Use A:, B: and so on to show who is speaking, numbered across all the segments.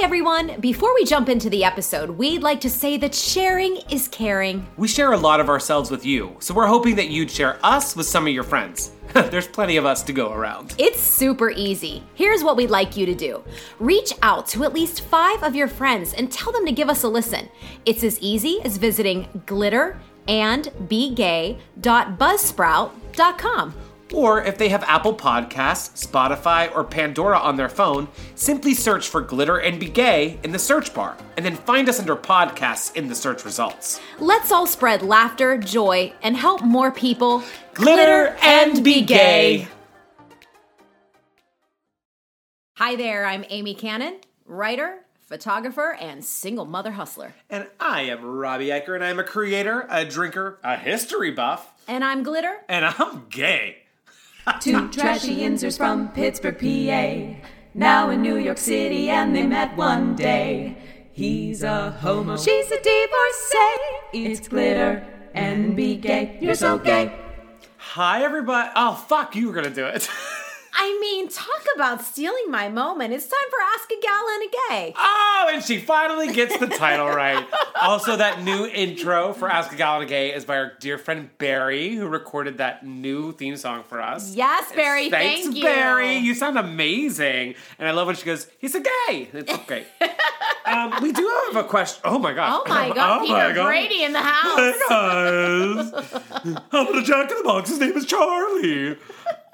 A: everyone! Before we jump into the episode, we'd like to say that sharing is caring.
B: We share a lot of ourselves with you, so we're hoping that you'd share us with some of your friends. There's plenty of us to go around.
A: It's super easy. Here's what we'd like you to do reach out to at least five of your friends and tell them to give us a listen. It's as easy as visiting glitter and begay.buzzsprout.com.
B: Or if they have Apple Podcasts, Spotify, or Pandora on their phone, simply search for Glitter and Be Gay in the search bar, and then find us under podcasts in the search results.
A: Let's all spread laughter, joy, and help more people
B: Glitter and Be Gay!
A: Hi there, I'm Amy Cannon, writer, photographer, and single mother hustler.
B: And I am Robbie Eicher, and I'm a creator, a drinker, a history buff,
A: And I'm Glitter.
B: and I'm gay.
C: Two trashy insers from Pittsburgh, PA, now in New York City, and they met one day. He's a homo, she's a divorcee. It's glitter and be gay. You're so gay.
B: Hi, everybody. Oh, fuck, you were gonna do it.
A: I mean, talk about stealing my moment. It's time for Ask a Gal and a Gay.
B: Oh, and she finally gets the title right. also, that new intro for Ask a Gal and a Gay is by our dear friend Barry, who recorded that new theme song for us.
A: Yes, Barry,
B: Thanks,
A: thank you.
B: Barry. You sound amazing. And I love when she goes, he's a gay. It's great. um, we do have a question. Oh my
A: Oh
B: god.
A: my god, Peter Brady in the house.
B: guys. I'm gonna jack in the box. His name is Charlie.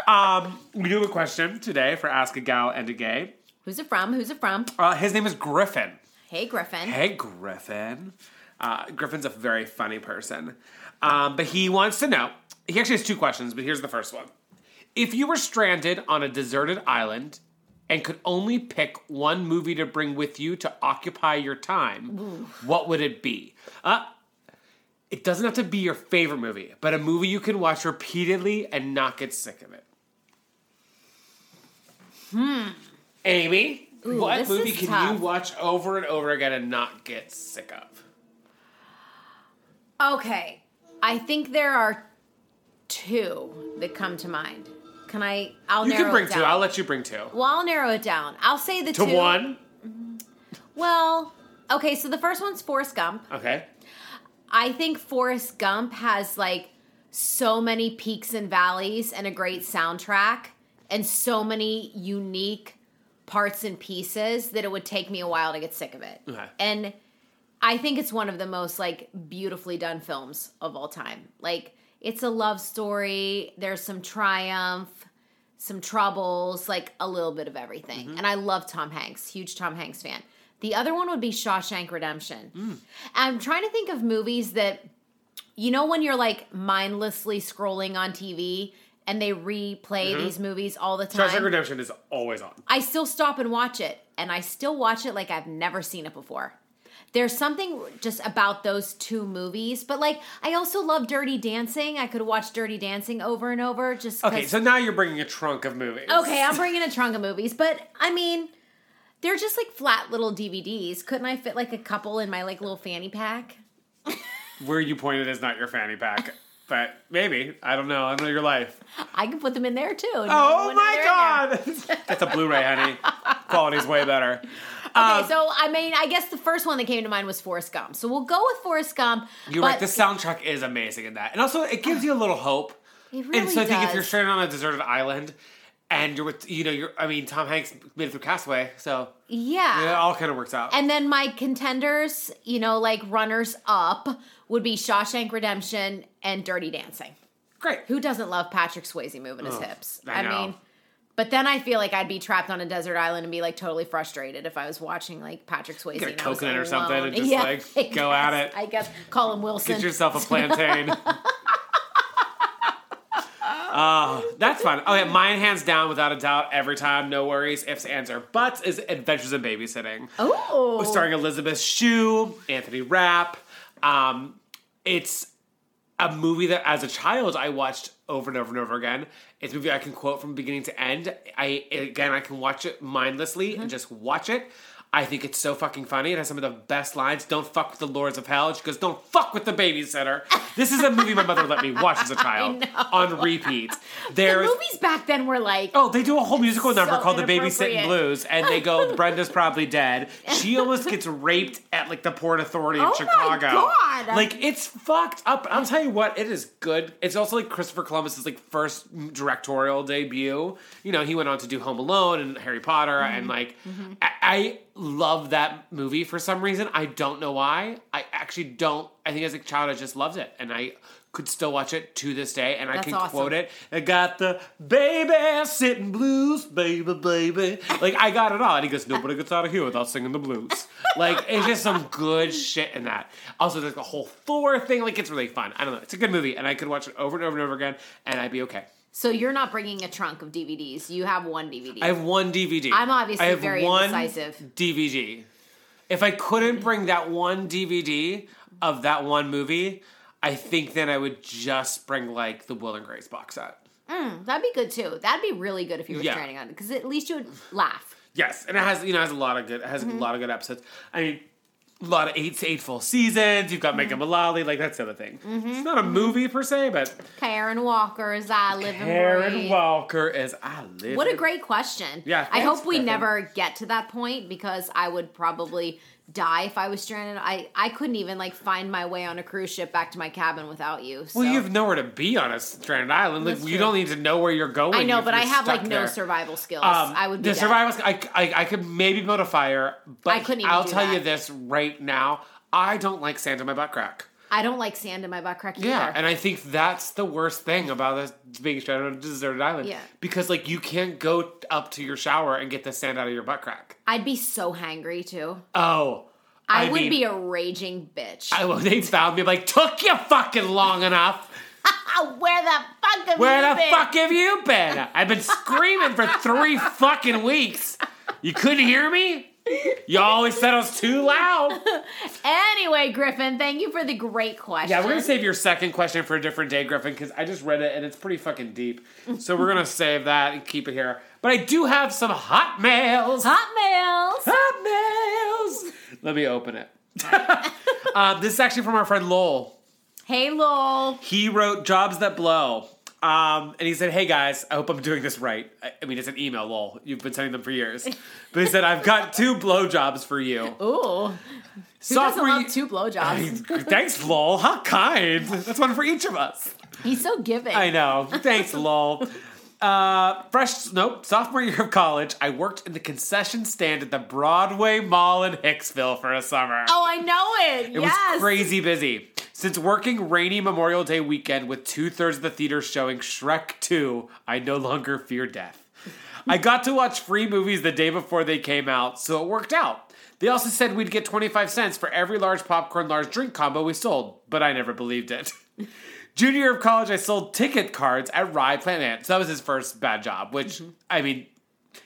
B: Um, we do have a question today for Ask a Gal and a Gay.
A: Who's it from? Who's it from?
B: Uh, his name is Griffin.
A: Hey, Griffin.
B: Hey, Griffin. Uh, Griffin's a very funny person. Um, but he wants to know. He actually has two questions, but here's the first one. If you were stranded on a deserted island and could only pick one movie to bring with you to occupy your time, what would it be? Uh, it doesn't have to be your favorite movie, but a movie you can watch repeatedly and not get sick of it. Hmm. Amy,
A: Ooh,
B: what
A: this
B: movie
A: is
B: can
A: tough.
B: you watch over and over again and not get sick of?
A: Okay, I think there are two that come to mind. Can I? I'll
B: You
A: narrow
B: can bring
A: it
B: two.
A: down.
B: I'll let you bring two.
A: well, I'll narrow it down. I'll say the
B: To
A: two.
B: one.
A: Well, okay. So the first one's Forrest Gump.
B: Okay.
A: I think Forrest Gump has like so many peaks and valleys and a great soundtrack and so many unique parts and pieces that it would take me a while to get sick of it.
B: Okay.
A: And I think it's one of the most like beautifully done films of all time. Like it's a love story, there's some triumph, some troubles, like a little bit of everything.
B: Mm-hmm.
A: And I love Tom Hanks, huge Tom Hanks fan. The other one would be Shawshank Redemption.
B: Mm.
A: I'm trying to think of movies that you know when you're like mindlessly scrolling on TV and they replay these movies all the time.
B: Mm-hmm. Shawshank Redemption is always on.
A: I still stop and watch it, and I still watch it like I've never seen it before. There's something just about those two movies, but like I also love Dirty Dancing. I could watch Dirty Dancing over and over just 'cause-
B: Okay, so now you're bringing a trunk of movies.
A: okay, I'm bringing a trunk of movies, but I mean, they're just like flat little DVDs. Couldn't I fit like a couple in my like little fanny pack?
B: Where you pointed is not your fanny pack, but maybe I don't know. I don't know your life.
A: I could put them in there too. and
B: Oh
A: when
B: my
A: they're in there.
B: god, that's a Blu-ray, honey. Quality's way better.
A: Okay,
B: Um,
A: so I mean, I guess the first one that came to mind was Forrest Gump. So we'll go with Forrest Gump.
B: You're
A: but
B: right. The soundtrack is amazing in that, and also it gives you a little hope.
A: It really
B: and so I think if
A: does.
B: you're stranded on a deserted island, and you're with, you know, you're. I mean, Tom Hanks made it through Castaway, so it all kind of works out.
A: And then my contenders, you know, like runners up would be Shawshank Redemption and Dirty Dancing.
B: Great.
A: Who doesn't love Patrick Swayze moving his hips?
B: I know.
A: mean, but then I feel like I'd be trapped on a desert island and be like totally frustrated if I was watching like Patrick Swayze.
B: Get a
A: and I was
B: coconut or something
A: alone.
B: and just, like,
A: I
B: go at
A: guess-
B: it.
A: I guess Colin Wilson.
B: Get yourself a plantain. Oh, that's fun. Oh yeah, mine hands down without a doubt every time. No worries, ifs, ands, or buts is Adventures in Babysitting.
A: oh,
B: starring Elizabeth Shue, Anthony Rapp. Um, it's a movie that, as a child, I watched over and over and over again. It's a movie
A: Mm-hmm.
B: I can quote from beginning to end. I again, I can watch it mindlessly and just watch it. I think it's so fucking funny. It has some of the best lines. Don't fuck with the lords of hell. And she goes, Don't fuck with the babysitter. This is a movie my mother let me watch as a child on repeat.
A: The
B: There is
A: movies back then were like,
B: Oh, they do a whole musical number
A: so
B: called The Babysitting
A: inappropriate.
B: Blues, and they go, Brenda's probably dead. She almost gets raped at like the Port Authority of
A: Oh my
B: Chicago.
A: God.
B: Like it's fucked up. I'll tell you what, it is good. It's also like Christopher Columbus's like first directorial debut. You know, he went on to do Home Alone and Harry Potter,
A: Mm-hmm.
B: and like I, I love that movie for some reason. I don't know why. I actually don't. I think as a child, I just loved it, and I. Could still watch it to this day, and I
A: That's
B: can
A: awesome.
B: quote it. I got the baby sitting blues, baby, baby. Like I got it all. And he goes, nobody gets out of here without singing the blues. Like it's just some good shit in that. Also, there's the whole Thor thing. Like it's really fun. I don't know. It's a good movie, and I could watch it over and over and over again, and I'd be okay.
A: so you're not bringing a trunk of DVDs. You have one DVD.
B: I have one DVD.
A: I'm obviously
B: I have
A: very
B: one
A: indecisive.
B: DVD. If I couldn't bring that one DVD of that one movie, I think then I would just bring like the Will and Grace box set.
A: That'd be good too. That'd be really good if you were
B: Yeah.
A: training on it because at least you would laugh.
B: Yes, and it has you know it has a lot of good it has
A: Mm-hmm.
B: a lot of good episodes. I mean, a lot of eight eight full seasons. You've got Megan
A: Mm-hmm.
B: Mullally, like that's the other thing. It's not a movie per se, but
A: Karen Walker's I Live and
B: Karen
A: Breathe.
B: Walker is I live.
A: What a
B: in-
A: great question.
B: Yeah,
A: I
B: thanks,
A: hope we
B: Griffin.
A: never get to that point because I would probably die if I was stranded. I, I couldn't even like find my way on a cruise ship back to my cabin without you. So.
B: Well, you have nowhere to be on a stranded island. Like
A: That's true.
B: you don't need to know where you're going.
A: I know,
B: if
A: but I
B: you're
A: have like
B: stuck
A: no
B: there.
A: survival skills.
B: Um,
A: I would be
B: the
A: dead.
B: survival. I, I I could maybe build a fire, but
A: I couldn't even
B: will
A: do
B: tell you
A: that.
B: this right now. I don't like sand in my butt crack.
A: I don't like sand in my butt crack either.
B: Yeah, and I think that's the worst thing about this being stranded on a deserted island.
A: Yeah.
B: Because like you can't go up to your shower and get the sand out of your butt crack.
A: I'd be so hangry too.
B: Oh.
A: I, would
B: mean,
A: be a raging bitch.
B: I, well, they found me like, took you fucking long enough.
A: Ah, Where the fuck have
B: Where
A: you
B: the
A: been?
B: fuck have you been? I've been screaming for three fucking weeks. You couldn't hear me? You always said I was too loud.
A: Anyway, Griffin, thank you for the great question.
B: Yeah, we're gonna save your second question for a different day, Griffin, because I just read it and it's pretty fucking deep. So we're gonna save that and keep it here. But I do have some hot mails.
A: hot mails.
B: Hot mails. Let me open it. uh, this is actually from our friend Lowell.
A: Hey, lol.
B: He wrote Jobs That Blow. Um, and he said, Hey guys, I hope I'm doing this right. I, I mean, it's an email, lol. You've been sending them for years. But he said, I've got two blowjobs for you.
A: Ooh, who doesn't
B: Sophomore
A: love
B: ye-
A: two blowjobs?
B: Thanks, lol. How kind. That's one for each of us.
A: He's so giving.
B: I know. Thanks, lol. Uh, fresh, nope, sophomore year of college, I worked in the concession stand at the Broadway Mall in Hicksville for a summer.
A: Oh, I know it.
B: It
A: yes.
B: was crazy busy. Since working rainy Memorial Day weekend with two thirds of the theater showing Shrek 2, I no longer fear death. I got to watch free movies the day before they came out, so it worked out. They also said we'd get 25 cents for every large popcorn, large drink combo we sold, but I never believed it. Junior year of college, I sold ticket cards at Rye Plant Man. So that was his first bad job, which, I mean,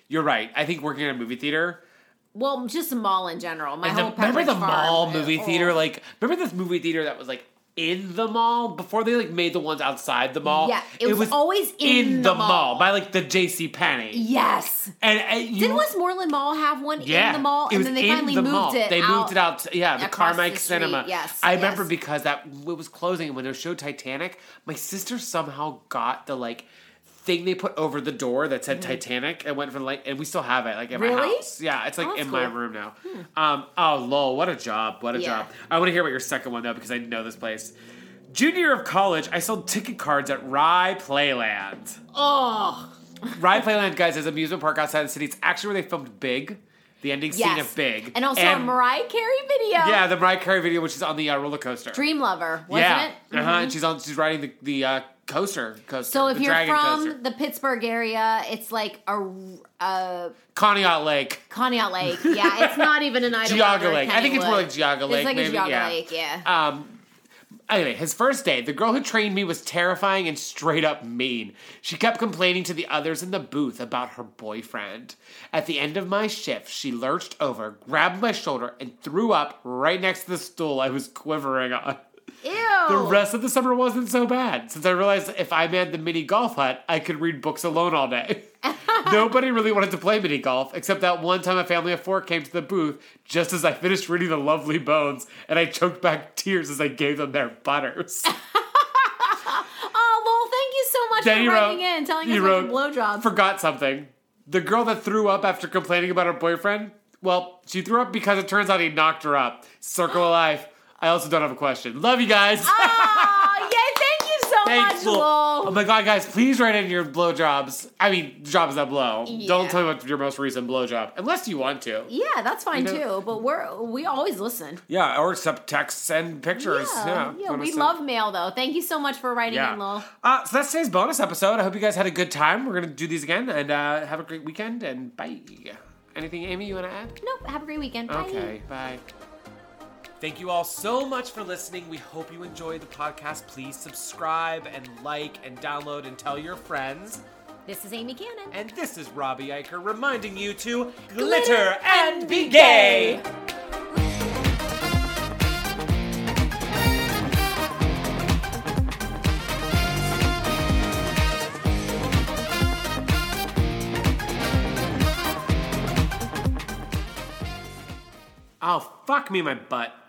B: you're right. I think working at a movie theater,
A: Well, just the mall in general. My
B: the-
A: whole
B: remember the
A: Pepperidge Farm,
B: mall
A: uh,
B: movie
A: oh.
B: theater? Like, remember this movie theater that was like in the mall before they like made the ones outside the mall?
A: Yeah, it was always in the mall.
B: by like the J.C. Penney.
A: Yes.
B: And, and you,
A: Didn't Westmoreland Mall have one
B: yeah,
A: in the mall,
B: it
A: and
B: was
A: then they
B: in
A: finally
B: the
A: moved
B: mall.
A: it.
B: They
A: out.
B: moved it out. to- yeah, the
A: across
B: Carmike
A: the street,
B: Cinema.
A: yes,
B: I remember
A: yes.
B: because that it was closing and when they showed Titanic. My sister somehow got the like thing they put over the door that said Titanic and went for the light, and we still have it like at my
A: Mm. Really?
B: house. Yeah, it's like
A: Oh, that's
B: in my
A: cool.
B: room now. Um, oh, lol, what a job! What a
A: Yeah.
B: job! I want to hear about your second one though because I know this place. Junior year of college, I sold ticket cards at Rye Playland.
A: Oh,
B: Rye Playland, guys, is an amusement park outside the city. It's actually where they filmed Big, the ending
A: yes.
B: scene of Big,
A: and also a Mariah Carey video.
B: yeah, the Mariah Carey video, which is on the uh, roller coaster.
A: Dream Lover, wasn't
B: yeah,
A: it? Mm-hmm.
B: uh huh. And she's on. She's riding the the uh, coaster. Coaster.
A: So if
B: the
A: you're
B: dragon
A: from
B: coaster.
A: the Pittsburgh area, it's like a uh,
B: Conneaut Lake,
A: Conneaut Lake. Yeah, it's not even an Idlewild
B: Geauga
A: or a
B: Lake. I think it's more like
A: Kennywood.
B: Geauga Lake.
A: It's like
B: maybe.
A: a Geauga
B: yeah.
A: Lake. Yeah.
B: Um, anyway, his first day, the girl who trained me was terrifying and straight up mean. She kept complaining to the others in the booth about her boyfriend. At the end of my shift, she lurched over, grabbed my shoulder, and threw up right next to the stool I was quivering on.
A: Ew.
B: The rest of the summer wasn't so bad, since I realized if I manned the mini golf hut, I could read books alone all day. Nobody really wanted to play mini golf, except that one time a family of four came to the booth just as I finished reading The Lovely Bones, and I choked back tears as I gave them their butters.
A: Oh, Lowell, thank you so much
B: he
A: for
B: wrote-
A: writing in, telling
B: he
A: us
B: wrote,
A: about your blowjob.
B: Forgot something. The girl that threw up after complaining about her boyfriend. Well, she threw up because it turns out he knocked her up. Circle of life. I also don't have a question. Love you guys.
A: oh, yeah, thank you so
B: Thanks,
A: much,
B: Lowell.
A: Lowell.
B: Oh my god, guys, please write in your blowjobs. I mean, jobs that blow.
A: Yeah.
B: Don't tell me about your most recent blowjob, unless you want to.
A: yeah, that's fine
B: You know-
A: too. But we're we always listen.
B: Yeah, or accept texts and pictures.
A: Yeah, yeah, we love mail though. Thank you so much for writing in, Lowell.
B: Uh, so that's today's bonus episode. I hope you guys had a good time. We're gonna do these again and uh, have a great weekend and bye. Anything, Amy, you wanna add?
A: Nope. Have a great weekend. Bye.
B: Okay, bye. Thank you all so much for listening. We hope you enjoyed the podcast. Please subscribe and like and download and tell your friends.
A: This is Amy Cannon.
B: And this is Robbie Iker reminding you to
A: Glitter
B: glitter and be
A: gay.
B: gay. Oh, fuck me, my butt.